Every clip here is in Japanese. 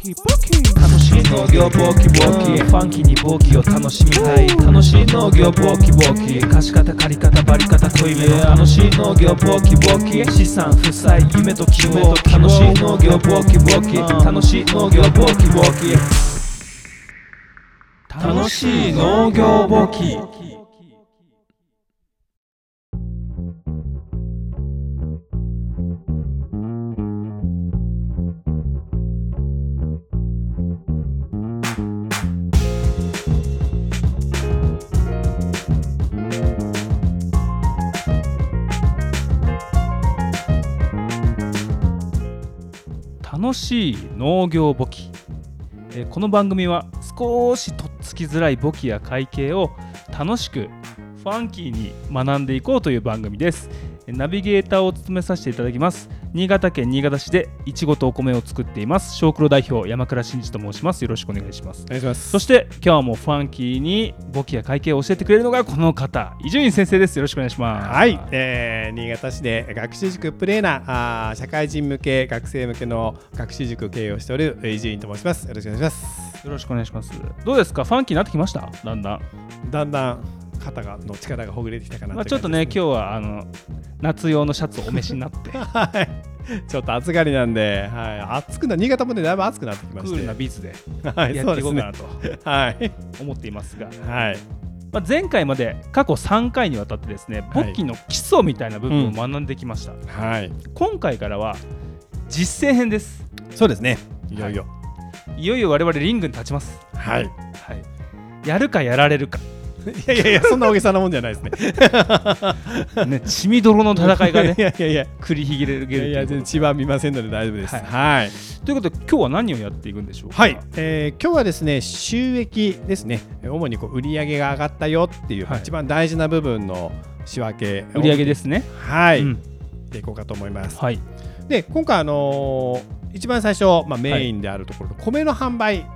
キポキ楽しい農業ボキボキファンキーにボキを楽しみたい楽しい農業ボキボキ貸方借方バリ方恋目楽しい農業ボキボキ資産負債夢と希望楽しい農業ボキボキ楽しい農業ボキボキ楽しい農業簿記楽しい農業簿記えーこの番組は少しとっつきづらい簿記や会計を楽しくファンキーに学んでいこうという番組ですえーナビゲーターを務めさせていただきます新潟県新潟市でいちごとお米を作っています小黒代表山倉真嗣と申しますよろしくお願いしますお願いしますそして今日もファンキーに簿記や会計を教えてくれるのがこの方伊集院先生ですよろしくお願いしますはい、えー新潟市で学習塾プレーナーあー社会人向け学生向けの学習塾を経営をしておるえー伊集院と申しますよろしくお願いしますよろしくお願いしますどうですかファンキーになってきましただんだんだんだん肩がの力がほぐれてきたかなまあ、というちょっとね、今日感はあの夏用のシャツをお召しになって、 クじですねはいちょっと暑がりなんで、はい、暑くな新潟もねだいぶ暑くなってきましてールなビーズではいやそっうてでいこうかすなねとはい思っていますが、はいまあ、前回まで過去3回にわたってですね、は簿い記の基礎みたいな部分を学んできました。はい今回からは実践編です。そうですねいよいよいよいよ我々リングに立ちます。はい、い、はい、やるかやられるか、やいやいやそんな大げさなもんじゃないですねね、血みどろの戦いが いね、やいやいや繰り広げるといやいいやうこと全然千葉見ませんので大丈夫ですはいはいということで、今日は何をやっていくんでしょうか。はい、えー今日はですね収益ですね主にこう売り上げが上がったよっていう、はい一番大事な部分の仕分けを売上ですね。はい、うんでいこうかと思います、はい、で今回あのー一番最初、まあ、メインであるところ、米の販は売、い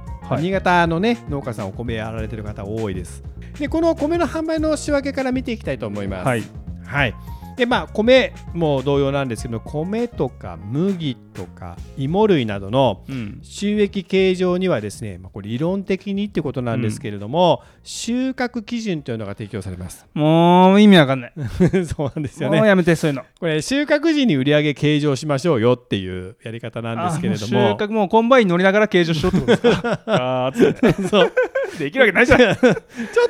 新潟のね農家さんお米やられてる方多いですでこの米の販売の仕分けから見ていきたいと思いますはい、はい。でまあ米も同様なんですけど米とか麦とか芋類などのうん、収益計上にはですね、まあ、これ理論的にってことなんですけれども、収穫基準というのが提供されます。 もう意味わかんない。そうなんですよもうね。やめてそういうの。これ収穫時に売上計上しましょうよっていうやり方なんですけれどあももう収穫もうコンバイン乗りながら計上しようってことですか あーつって そうできるわけないじゃ ない ちょっ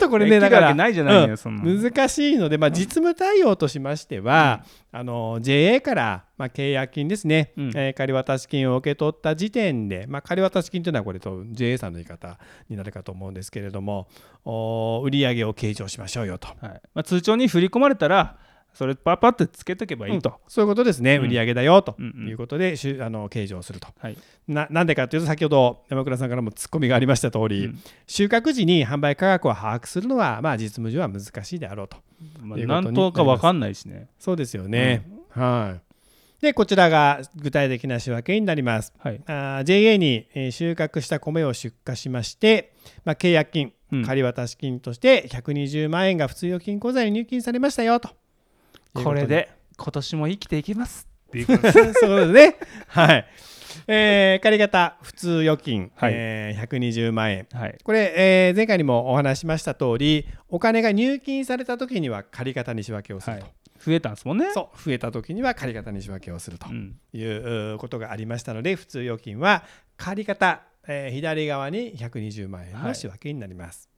とこれでねきるだかわらけないじゃないのうよんそんなの難しいので、まあ、実務対応としましては、あの JA から、まあ、契約金ですね、うんえー借渡金を受け取った時点で、まあ、借渡金というのはこれと JA さんの言い方になるかと思うんですけれどもお売上を計上しましょうよと。はいまあ、通帳に振り込まれたらそれパッパってつけとけばいいと、そういうことですね、うん売上だよとうんうんいうことで、しゅあの計上すると、はいな。なんでかというと、先ほど山倉さんからもツッコミがありました通り、うん収穫時に販売価格を把握するのは、まあ、実務上は難しいであろうと。まあ、いうことに何等かわかんないしねそうですよね。はい。で、こちらが具体的な仕分けになります。はい、あー JA にえー収穫した米を出荷しまして、まあ、契約金、うん借渡金として120万円が普通預金口座に入金されましたよと。これで今年も生きていけますっていうことというこ とで。そうですね。はい。えー借方普通預金、はいえー120万円。はい、これ、えー前回にもお話ししました通り、お金が入金された時には借方に仕分けをすはるいと。、増えたんですもんねそう、増えた時には借方に仕分けをすると。ん、いううことがありましたので普通預金は借方、えー左側に120万円の仕分けになります。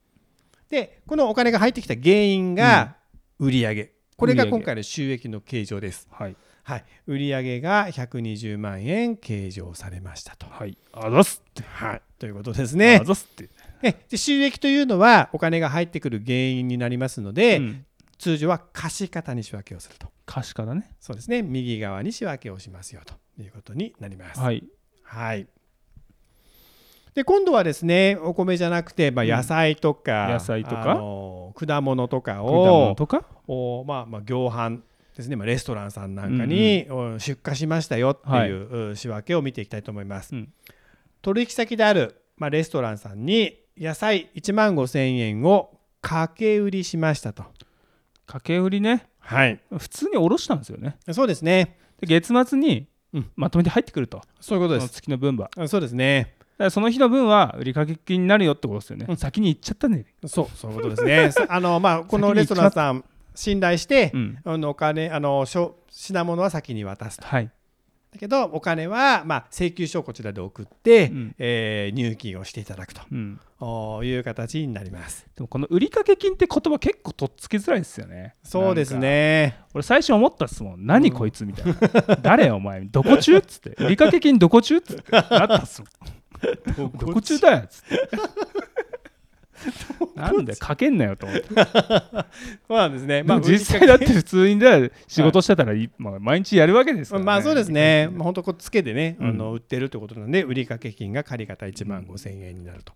でこのお金が入ってきた原因が売上、これが今回の収益の計上です。はいはい、売上が120万円計上されましたと。はいあざっすってはい、ということですあね。ざっすって、えで収益というのはお金が入ってくる原因になりますので、うん、通常は貸方に仕分けをすると。貸し方ねそうですね右側に仕分けをしますよということになります。はいはい。で今度はですねお米じゃなくて、まあ、うん野菜とか、野菜とかあの果物とか果物をとかおまあまあ業販ですね、まあ、レストランさんなんかに、お出荷しましたよってはいいう、う仕分けを見ていきたいと思います、うん取引先である、まあ、レストランさんに野菜1万5千円を掛け売りしましたと掛け売りねはい普通に下ろしたんですよねそうですねで月末にうんまとめて入ってくると、そういうことそでのす月の分はあそうですねらその日の分は売掛金になるよってことですよね、うん先に行っちゃったね、そうそういうことですね そあの、まあ、このレストランさん信頼してう、ん、あのお金あのしょ品物は先に渡すとはいだけどお金は、まあ、請求書をこちらで送って、うんえー入金をしていただくとうん、おーいう形になりますでもこの売掛金って言葉結構とっつきづらいですよねそうですなんかね俺最初思ったっすもん何こいつみたいな、 誰お前どこ中っつって売掛金どこ中っつってなったっすもん どどこ中だよっつってなんでかけんなよと思って、そうなんですねままあ、あ実際だって普通にね仕事してたら、いまあ、毎日やるわけですから、ね、 まあそうですね、まあ、ま本当こうつけてね、うんあの売ってるってことなんで売掛金が借方1万5000円になると。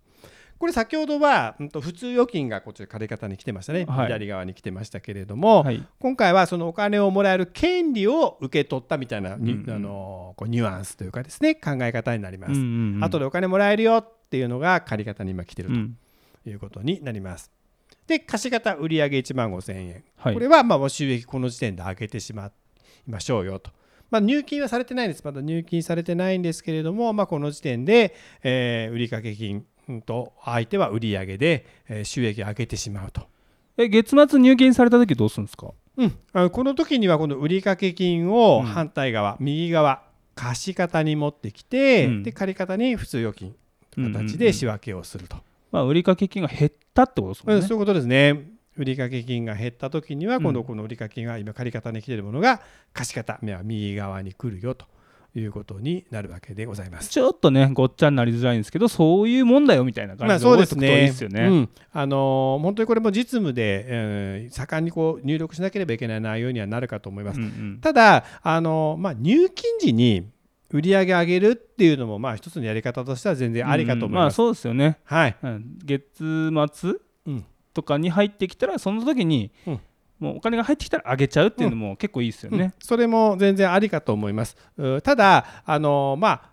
これ先ほどは、うんと普通預金がこっちら借方に来てましたね、はい左側に来てましたけれども、はい今回はそのお金をもらえる権利を受け取ったみたいな、にうんうんあのこうニュアンスというかですね考え方になります。うんうんうん後でお金もらえるよっていうのが借方に今来てるうんということになります。で貸方売上1万5000円、はいこれはまあもう収益この時点で上げてしまいましょうよと。まあ、入金はされてないんです。まだ入金されてないんですけれども、まあ、この時点で、えー売掛金うんと相手は売上で、えー収益を上げてしまうと。え月末入金された時どうするんですかうん、あこの時にはこの売掛金をうん反対側、右側貸方に持ってきて、うんで借方に普通預金という形うんうんうでん仕分けをすると、まあ、売掛金が減ったってことですもうんんねそういうことですね売掛金が減った時には今う度んこの売掛金が今借方に来ているものが貸方目は右側に来るよということになるわけでございます。ちょっとねごっちゃになりづらいんですけどそういうもんだよみたいな感まあじでそう覚でえてすおくといいでねすようね。んあのー本当にこれも実務で、えー盛んにこう入力しなければいけない内容にはなるかと思います。うんただあの、まあ、入金時に売り上げ上げるっていうのもまあ一つのやり方としては全うん然ありかと思いままあす。そうですよね。はい、うん月末うんとかに入ってきたらその時にうんもうお金が入ってきたら上げちゃうっていうのも結構いいですようんね。それも全然ありかと思います。うただあの、まあ、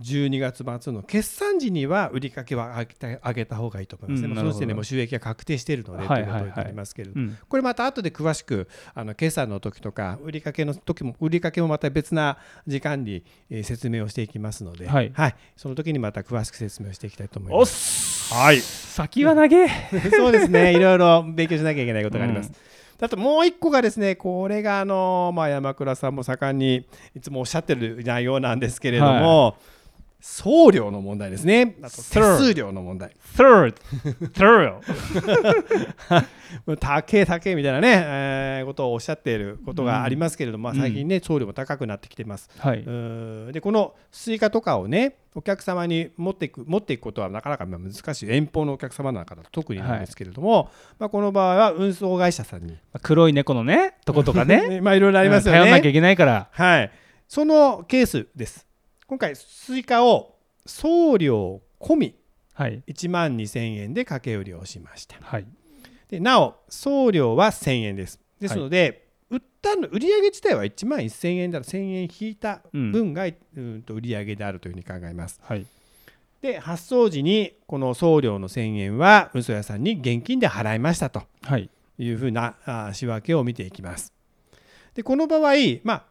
12月末の決算時には売りかけは上げた上げた方がいいと思いますね。うんもうその時点でもう収益が確定しているのでとはいいうはいこはいとになりますけれども、うんこれまた後で詳しくあの決算の時とか売りかけの時も売りかけもまた別な時間に、えー説明をしていきますので、はいその時にまた詳しく説明していきたいと思いおまっす。すはい先は長え そうですねいろいろ勉強しなきゃいけないことがあります。うんあともう一個がですねこれがあの、まあ、山倉さんも盛んにいつもおっしゃってる内容なんですけれども、送料の問題ですねあと手数料の問題 third third 高え高えみたいなね、えーことをおっしゃっていることがありますけれども、うんまあ、最近ね送料も高くなってきてます。はういーんでこのスイカとかをねお客様に持っていく持っていくことはなかなかまあ難しい遠方のお客様なんかだと特になんですけれども、まあ、この場合は運送会社さんに、黒い猫のねとことかねね まあ、いろいろありますようん頼んなきゃね、いけないからはい、そのケースです今回スイカを送料込みはい1万2000円で掛け売りをしましたはいでなお送料は1000円ですですので、売ったの売り上げ自体は1万1000円だら1000円引いた分が、うんと売り上げであるというふうに考えますはいで発送時にこの送料の1000円は運送屋さんに現金で払いましたとはいいうふうなあー仕分けを見ていきます。でこの場合、まあ、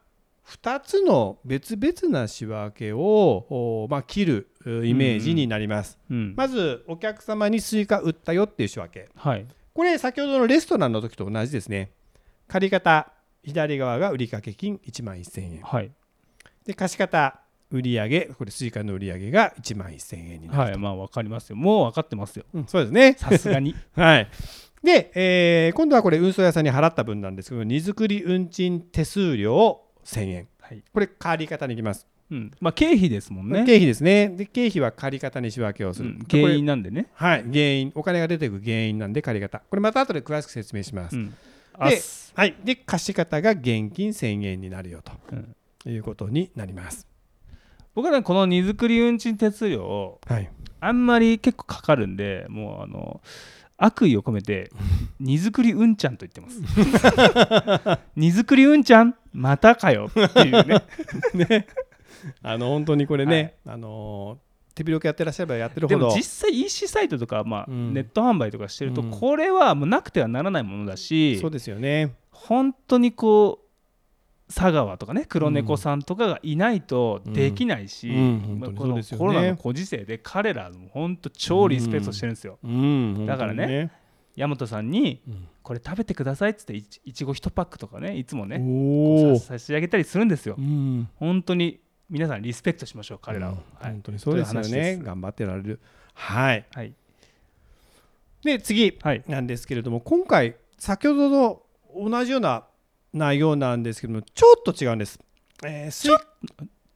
2つの別々な仕分けを、おまあ、切るうイメージになります。うんまずお客様にスイカ売ったよっていう仕分けはいこれ先ほどのレストランの時と同じですね借方左側が売掛金1万1000円はいで貸方売上これスイカの売上が1万1000円になる、はいまあわかりますよもうわかってますようんそうですねさすが にはい。で、えー今度はこれ運送屋さんに払った分なんですけど荷造り運賃手数料1000円はいこれ借り方に行きます、うんまあ経費ですもんね経費ですねで経費は借り方に仕分けをすうる、んでこ原れ因なんでねはい原因お金が出てくる原因なんで借り方これまた後で詳しく説明します、うんあっですはい、で貸方が現金1000円になるよと、うんいうことになります僕はねこの荷造り運賃手数料をはいあんまり結構かかるんでもうあの悪意を込め て「荷造りうんちゃん」と言ってます 「荷造りうんちゃんまたかよ」っていうねあの本当にこれね、あのー手広くやってらっしゃればやってるでほども実際 EC サイトとか、まあうんネット販売とかしてると、うんこれはもうなくてはならないものだしそうですよね本当にこう佐川とかね黒猫さんとかがいないとできないし、うんうんまあ本当にこそうのですよねコロナのご時世で彼らも本当超リスペクトしてるんですよ。うんだからね大和さんに「これ食べてください」っつっていちいちご1パックとかねいつも本当ねにねおおさ差し上げたりするんですよ。うん本当に皆さんリスペクトしましょう彼らを。うんはい本当にそうですよという話ねです頑張ってられるはいはいで次はいなんですけれども今回先ほどと同じような内容なんですけどもちょっと違うんです、えー、スイカ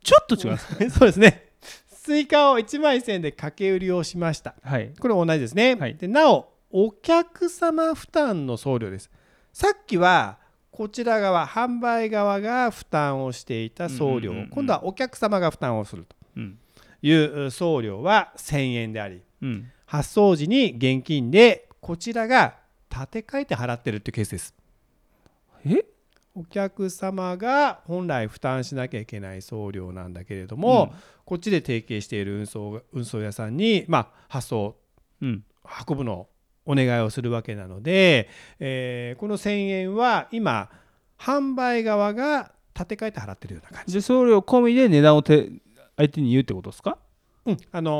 ちょっと違います。 そうですねスイカを1枚1000円で掛け売りをしましたはいこれ同じですね、はいでなおお客様負担の送料ですさっきはこちら側販売側が負担をしていた送料、うんうんうんうん今度はお客様が負担をするとうんいう送料は1000円でありうん発送時に現金でこちらが立て替えて払ってるっていうケースですえお客様が本来負担しなきゃいけない送料なんだけれども、こっちで提携している運送運送屋さんに、まあ、発送うん運ぶのをお願いをするわけなので、えーこの1,000円は今販売側が立て替えて払ってるような感じ、じゃあ送料込みで値段をて相手に言うってことですかうんあのー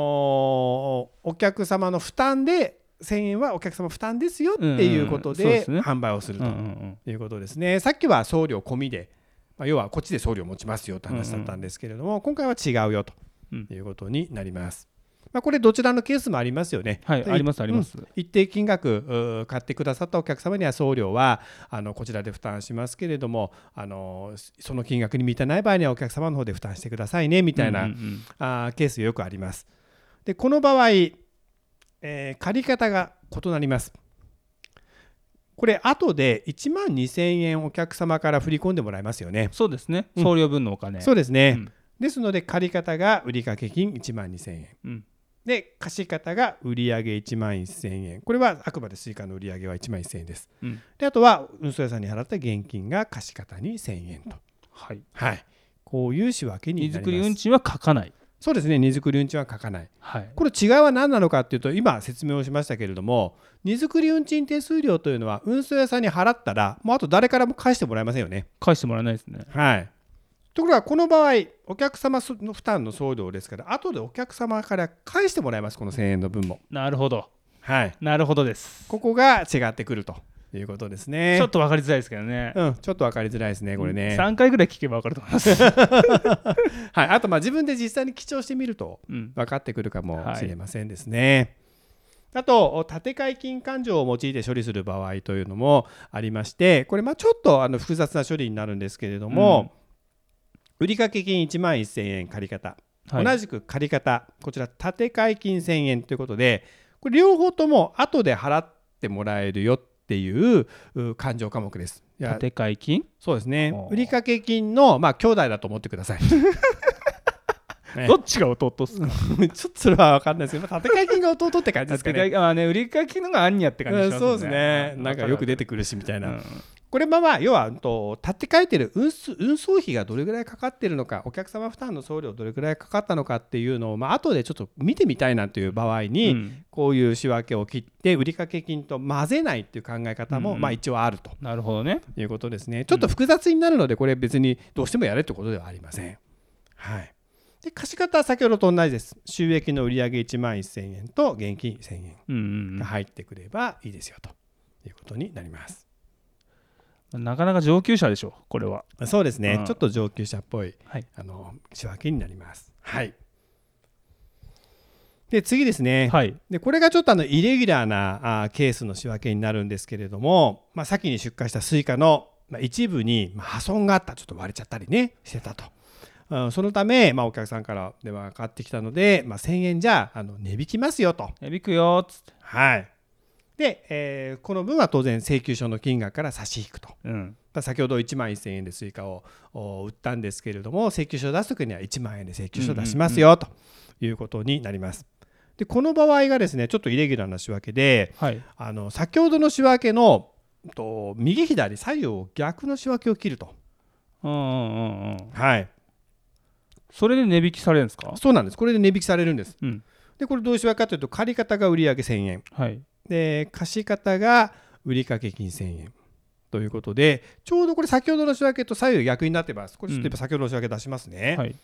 お客様の負担で1,000円はお客様負担ですよっていうこうとんうんうんそでうですね販売をするうんうとんうんということですね。さっきは送料込みで、まあ、要はこっちで送料持ちますよって話だったんですけれども、今回は違うよとうんいうことになります。まあ、これどちらのケースもありますよね。はいでありますありま。うんす。一定金額うー買ってくださったお客様には送料はあのこちらで負担しますけれどもあのその金額に満たない場合にはお客様の方で負担してくださいねみたいな、うんうんうんあーケースよくあります。でこの場合、えー借り方が異なります。これ後で1万2000円お客様から振り込んでもらえますよね。そうですねうん送料分のお金。そうですね。うんですので借り方が売掛金1万2000円。うんで貸し方が売上1万1000円これはあくまでスイカの売上は1万1000円です、うんであとは運送屋さんに払った現金が貸し方に1000円と、はい。はい、こういう仕分けに荷な造りります運賃は書かない。そうですね荷造り運賃は書かないはい。これ違いは何なのかっていうと今説明をしましたけれども荷造り運賃手数料というのは運送屋さんに払ったらもうあと誰からも返してもらえませんよね。返してもらえないですね。はい、ところがこの場合お客様の負担の送料ですから後でお客様から返してもらえますこの1,000円の分も。なるほど。はい、なるほどです。ここが違ってくるということですね。ちょっと分かりづらいですけどね。うん、ちょっと分かりづらいですねこれね。 3回ぐらい聞けば分かると思います。はい、あとまあ自分で実際に記帳してみるとうん分かってくるかもしれませんですね。あと建て替え金勘定を用いて処理する場合というのもありましてこれまあちょっとあの複雑な処理になるんですけれども、売掛金1万1000円借り方、はい同じく借り方こちら建て替え金1000円ということでこれ両方とも後で払ってもらえるよっていうう勘定科目です。いや建て替え金そうですねほう売掛金のまあ兄弟だと思ってください。 ねどっちが弟っすかちょっとそれは分かんないですけど、まあ、建て替え金が弟って感じで建すてか替ね。えまあね、売り替え金のがアンニャって感じしますうね。んそうですね。なんかよく出ててくるしみたいくな。これまあまあ要はうんと建て替えてる運送運送費がどれぐらいかかってるのか、お客様負担の送料どれぐらいかかったのかっていうのをまあ後でちょっと見てみたいなという場合に、こういう仕分けを切って売掛金と混ぜないっていう考え方うんもうんまあ一応あるとなるほどね。いうことですね。ちょっと複雑になるのでこれ別にどうしてもやれってことではありません。はい。で貸し方は先ほどと同じです。収益の売上1万1000円と現金1000円。うんうんが入ってくればいいですよということになります。うん。なかなか上級者でしょう、これは。そうですね、うんちょっと上級者っぽい、はいあの仕分けになります。はい、で次ですね、はい。でこれがちょっとあのイレギュラーなあーケースの仕分けになるんですけれども、まあ、先に出荷したスイカのまあ一部にまあ破損があったちょっと割れちゃったりねしてたと。うんそのため、まあ、お客さんから電話がかかってきたので、まあ、1000円じゃあの値引きますよとえびくよーっつって。はい。で、えーこの分は当然請求書の金額から差し引くと。うん。だ先ほど1万1000円でスイカをお売ったんですけれども請求書を出す時には1万円で請求書を出しますよということになります。でこの場合がですねちょっとイレギュラーな仕分けではい。あの先ほどの仕分けのと右左左右を逆の仕分けを切ると。うんうんうんうん。はい、それで値引きされるんですかそうなんですこれで値引きされるんです。うん。でこれどういう仕分けかというと借り方が売上1000円はい。で貸し方が売掛金1000円とということでちょうどこれ先ほどの仕訳と左右逆になってますこれちょっとやっぱ先ほどの仕訳出しますね、はい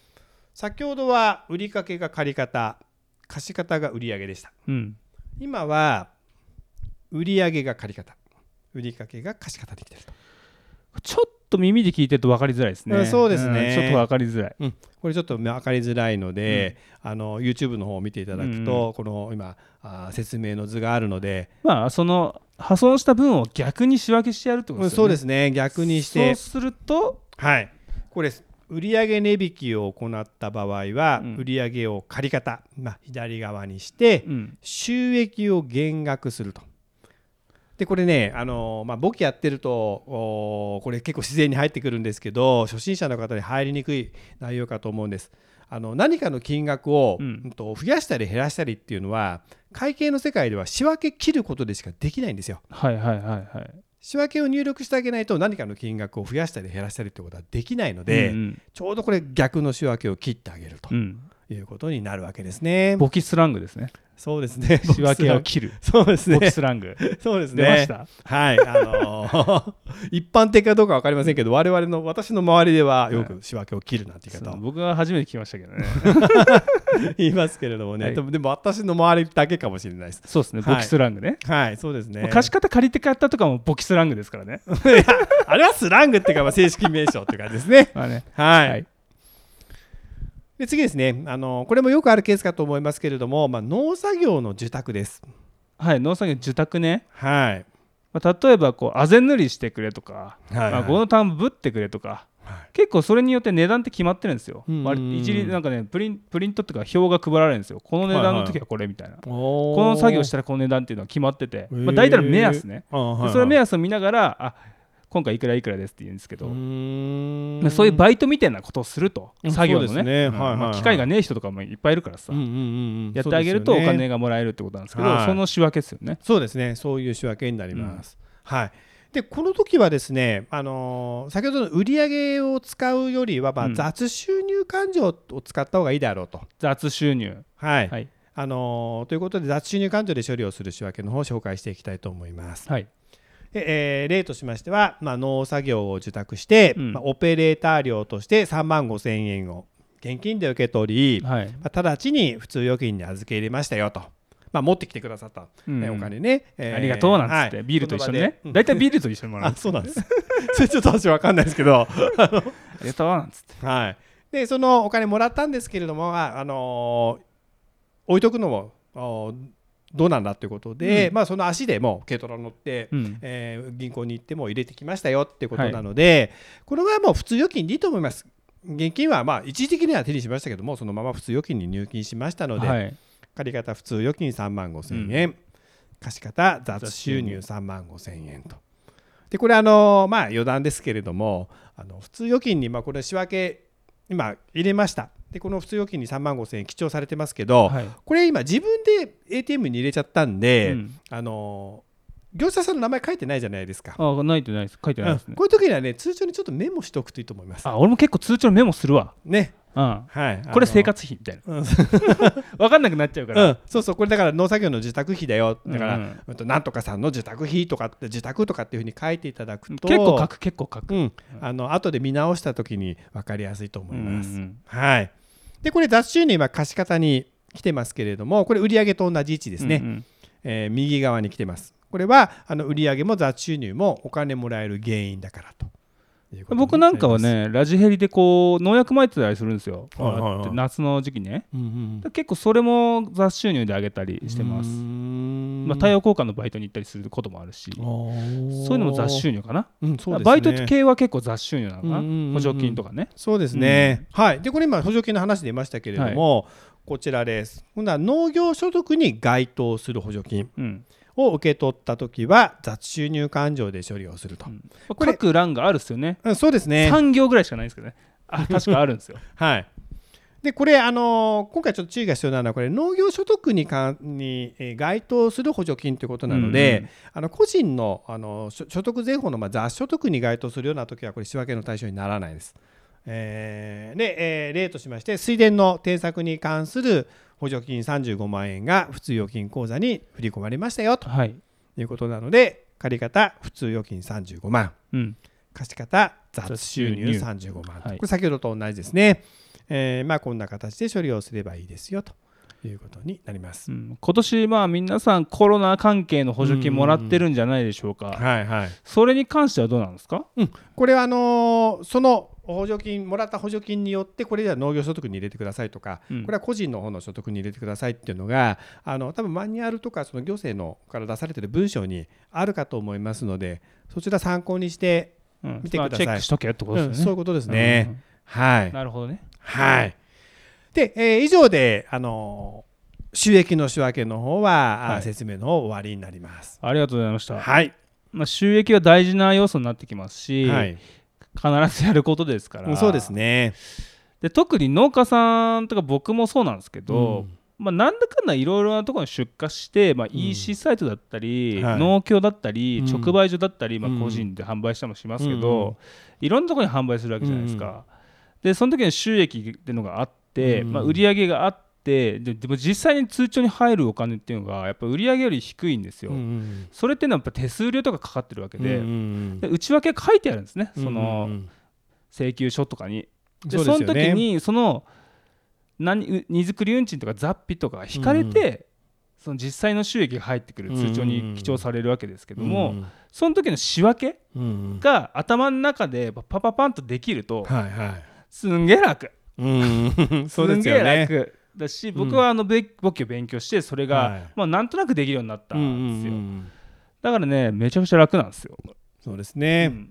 先ほどは売掛が借方貸方が売上でしたうん今は売上が借方売掛が貸方できてるとちょっと耳で聞いてると分かりづらいですうねんそうですねんちょっと分かりづらいこれちょっと分かりづらいので、あの YouTube の方を見ていただくと、この今あー説明の図があるのでまあその破損した分を逆に仕分けしてやるってことうんですよそうねですね逆にしてそうするとはい、これ売上値引きを行った場合は、うん売上を借方、まあ、左側にしてうん収益を減額すると。でこれね、あのまあ、簿記やってるとおーこれ結構自然に入ってくるんですけど初心者の方に入りにくい内容かと思うんです。あの何かの金額を、うんうんと増やしたり減らしたりっていうのは会計の世界では仕分け切ることでしかできないんですよ。はいはいはいはい仕分けを入力してあげないと何かの金額を増やしたり減らしたりってことはできないので、うんちょうどこれ逆の仕分けを切ってあげるとうんうんいうことになるわけですね。簿記スラングですねそうですね。 仕分けを切る そうです簿記ね。スラングそうですね。出ましたはい。あのー 一般的かどうかわかりませんけど、我々の私の周りではよく仕分けを切るなんて言い方そうを僕は初めて聞きましたけ どね言いますけれどもね。はいでもでも私の周りだけかもしれないです。そうですねはい簿記スラングねはい、そうですねまあ。貸方借りて方とかも簿記スラングですから ねあれはスラングっていうか、まあ正式名称っていう感じで すね。まあねはい、はいで次ですねあの、これもよくあるケースかと思いますけれども、まあ、農作業の受託です。はい農作業受託ねはい、まあ例えばこうあぜ塗りしてくれとかはいまあこの田んぼぶってくれとかはい結構それによって値段って決まってるんですよ。うんうんうん割と一律なんかねプリンプリントっていうか表が配られるんですよ。この値段の時はこれみたいな。ここの作業したたらこの値段っていうのは決まってて、へーまあ、大体の目安ね。ら、はいではいそれ目安を見ながらあ今回いくらいくらですって言うんですけうど、ーんまあそういうバイトみたいなことをするとうん作業のそうでねすねうんはいはいはいまあ機会がねえ人とかもいっぱいいるからさ、うんうんうんうんやってあげるとおそうですよね金がもらえるってことなんですけどそはいの仕分けですよね。そうですね、そういう仕分けになります。はいでこの時はですね、あのー先ほどの売り上げを使うよりは、まうあ、ん雑収入勘定を使った方がいいだろうと。雑収入、はいはいあのーということで雑収入勘定で処理をする仕分けの方を紹介していきたいと思います。はいでえー例としましては、まあ、農作業を受託して、うんまあオペレーター料として3万5千円を現金で受け取り、はいまあ直ちに普通預金に預け入れましたよと、まあ、持ってきてくださった、ねうんお金ね、えーありがとうなんつって、はいビールと一緒に言葉ねでうん大体、ビールと一緒にもらう あそうなんですそれちょっと私分かんないですけどありがとうなんつってはい、でそのお金もらったんですけれども、ああのー置いとくのもあーどうなんだということで、うんまあ、その足でもう軽トラ乗って、うんえー銀行に行っても入れてきましたよっていうことなので、これはもう普通預金でいいと思います。現金はまあ一時的には手にしましたけどもそのまま普通預金に入金しましたので、はい、借方普通預金3万5千円、貸方雑収入3万5千円と。でこれあのまあ余談ですけれどもあの普通預金にまあこれ仕分け今入れましたでこの普通預金に3万5千円記帳されてますけど、はいこれ今自分で ATM に入れちゃったんで、うんあの業者さんの名前書いてないじゃないですか。あないとないです書いてないですうんね、こういう時にはね通常にちょっとメモしておくといいと思います。あ俺も結構通帳メモするわ、ね、うん、はい、これ生活活費みたい な、分かんなくなっちゃうから、うん、そうそうこれだから農作業の受託費だよだから、ううんんとなんとかさんの受託費とかって受託とかっていうふうに書いていただくと結構書く結構書く、うん、あの後で見直した時に分かりやすいと思います、うんうんはいでこれ雑収入は貸方に来てますけれどもこれ売上と同じ位置ですね、うんうんえー右側に来てますこれはあの売上も雑収入もお金もらえる原因だからということにります僕なんかは、ねラジヘリでこう農薬撒いてたりするんですよ、はいはいはい夏の時期ねうんうんだから結構それも雑収入であげたりしてます、ままあ、太陽交換のバイトに行ったりすることもあるしそうそういうのも雑収入かなうんそうですねバイト系は結構雑収入なのかな、うんうんうんうん補助金とかねそうですね、はいでこれ今補助金の話出ましたけれども、こちらです今度は農業所得に該当する補助金うんを受け取った時は雑収入勘定で処理をすると、うんこれ各欄があるっすよねそうですね3行ぐらいしかないんですけどね あ確かあるんですよはいでこれあのー今回ちょっと注意が必要なのはこれ農業所得にかにえー該当する補助金ということなので、うんあの個人のあの所所得税法のまあ雑所得に該当するような時はこれ仕分けの対象にならないです。えーで、えー例としまして水田の転作に関する補助金35万円が普通預金口座に振り込まれましたよとはいいうことなので借方普通預金35万うん貸方雑収入雑収35万と、はいこれ先ほどと同じですね、えーまあ、こんな形で処理をすればいいですよということになります。うん今年まあ皆さんコロナ関係の補助金もらってるんじゃないでしょうか、はいはいそれに関してはどうなんですかこれはあのーその補助金もらった補助金によってこれでは農業所得に入れてくださいとか、うんこれは個人の方の所得に入れてくださいっていうのがあの多分マニュアルとかその行政のから出されてる文章にあるかと思いますのでそちら参考にして、うん見てくださいまあチェックしとけってことうんですそうよねいう。ことですね。はういんなるほどね。はい。で、えー以上で、あのー収益の仕分けの方は、あーはい説明の方終わりになります。ありがとうございました。はい。まあ、収益は大事な要素になってきますし、はい。必ずやることですから。そうですね。で特に農家さんとか僕もそうなんですけど、まあ、なんだかんだいろいろなところに出荷して、まあ、ん EC サイトだったり、はい農協だったり、うん直売所だったり、まうんあ、個人で販売したりもしますけうんうんど、いろんなところに販売するわけじゃないですか、でその時に収益っていうのがあって、うんまあ、売り上げがあってででも実際に通帳に入るお金っていうのがやっぱ売り上げより低いんですよ、うんそれっていうのはやっぱ手数料とかかかってるわけで,、うんうんで内訳が書いてあるんですねそうんうのん請求書とかに。でそうですのよ時ねにその何荷造り運賃とか雑費とかが引かれて、その実際の収益が入ってくる通帳うんうんうんに記帳されるわけですけども、うんその時の仕分けうんが頭の中でパパパンとできるとはいはいすんげえ楽、うん。 すそうでんすげえよね。楽だしん僕はあの簿記を勉強してそれが、はいまあ、なんとなくできるようになったうんうんんですよ、うんだからねめちゃくちゃ楽なんですよ、そうですうね。ん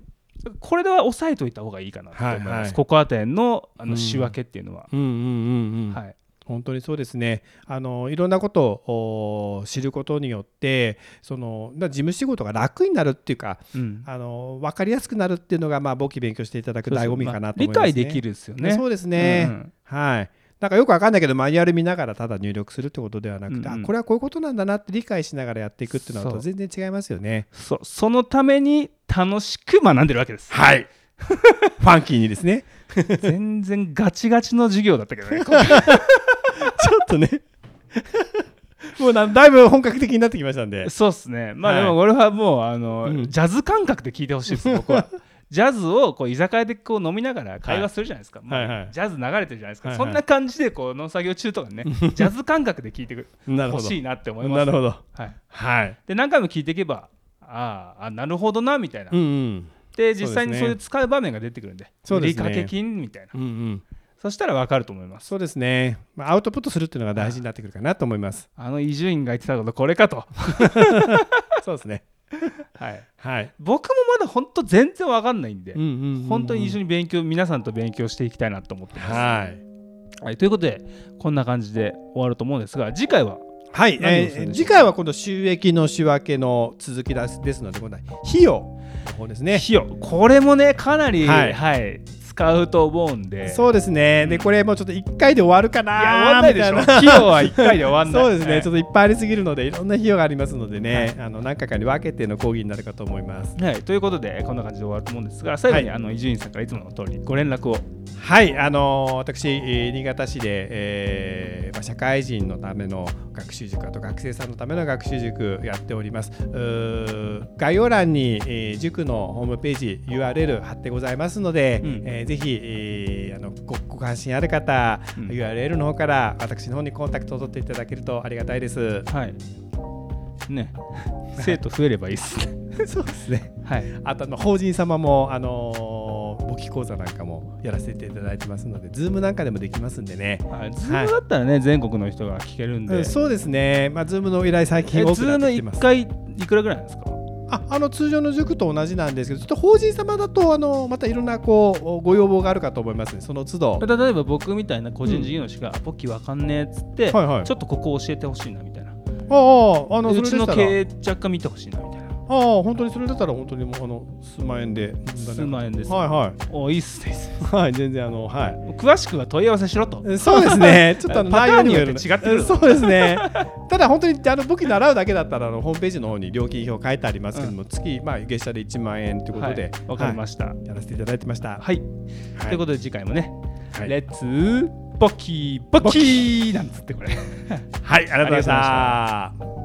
これでは押さえといた方がいいかなと思います、はいはいココア店のあうんの仕分けっていうのは、うんうんうんうん。はい、本当にそうですねあのいろんなことをお知ることによってそのだ事務仕事が楽になるっていうかうんあの分かりやすくなるっていうのが、まあ、簿記勉強していただく醍醐味かなと思います、ねまあ理解できるですよね。そうですね、うんはいなんかよくわかんないけどマニュアル見ながらただ入力するってことではなくて、うんうんあこれはこういうことなんだなって理解しながらやっていくっていうのはそう全然違いますよねそそのために楽しく学んでるわけです。はいファンキーにですね 全然ガチガチの授業だったけど ね。ちょっとね もうなだいぶ本格的になってきましたんでそうですね。まあはいでも俺はもうあの、うんジャズ感覚で聞いてほしいです僕 は。ジャズをこう居酒屋でこう飲みながら会話するじゃないですか、もうはいはいジャズ流れてるじゃないですか、はいはいそんな感じでこう農作業中とか ねジャズ感覚で聞いてなるほほどしいなって思いますなるほどはい、はいで何回も聞いていけばあーあなるほどなみたいな、うんうんで実際にそそううですねいう使う場面が出てくるんでそうです売ね掛金みたいなうんうん、そしたら分かると思いますそうですね、まあ、アウトプットするっていうのが大事になってくるかなと思います。あの伊集院が言ってたことこれかと、そうですね、はい、はい、僕もまだ本当全然わかんないんで、本当に一緒に、に勉強皆さんと勉強していきたいなと思ってます、はいはい、ということでこんな感じで終わると思うんですが次回ははい何をすえるんでしょうーか次回は今度収益の仕分けの続きですですので今度は費用の方ですね。費用これもねかなり、ははいい使うと思うんでそうですね、でこれもうちょっと1回で終わるかいなや終わんないでしょみたい費用は1回で終わんない そうですね、ちょはっといっぱいありすぎるのでいろんな費用がありますのでね、あの何回かに分けての講義になるかと思います。い、はいということでこんな感じで終わると思うんですが最後にはいあの伊集院さんからいつもの通りご連絡をはい、あのー私、えー新潟市で、えーまあ、社会人のための学習塾あと学生さんのための学習塾やっております。うー概要欄に、えー塾のホームページ URL 貼ってございますので、うんえーぜひ、えーあのごご関心ある方、うん URL の方から私の方にコンタクトを取っていただけるとありがたいです。はいね生徒増えればいいっすね そうですね。 はいあとあの法人様もあのー簿記講座なんかもやらせていただいてますので、Zoom なんかでもできますんでね。はい、ズームだったらね、全国の人が聞けるんで、うん、そうですね、まあ、ズームの依頼、最え近多ズくなーっムてきてま1す。回いくらぐらいなんですかああの通常の塾と同じなんですけど、ちょっと法人様だと、あのまたいろんなこうご要望があるかと思いますね、その都度。例えば僕みたいな個人事業主が、ポッキーわかんねえっつって、はいはいちょっとここ教えてほしいなみたいな、うああ、あのそれでちのした経ら、営若干見てほしいなみたいな、ああ、本当にそれだったら、本当にもうあの数万円で、数万円です、はいはおいいっすねいいっすね、い、はい、全然、あの、はい。詳しくは問い合わせしろと、うんそうで すね、ちょっとあのパターン内容によにるよって違ってくるうんそうですね、ただ本当にあの僕習うだけだったらあのホームページの方に料金表書いてありますけども、月、まあ、月謝で1万円ということはでい、、わかりました。はいはいやらせていただいてました。ということで次回もね、はいレッツポッキーポッキーなんつってこれ。はい、ありがとうございましありがとうございまた。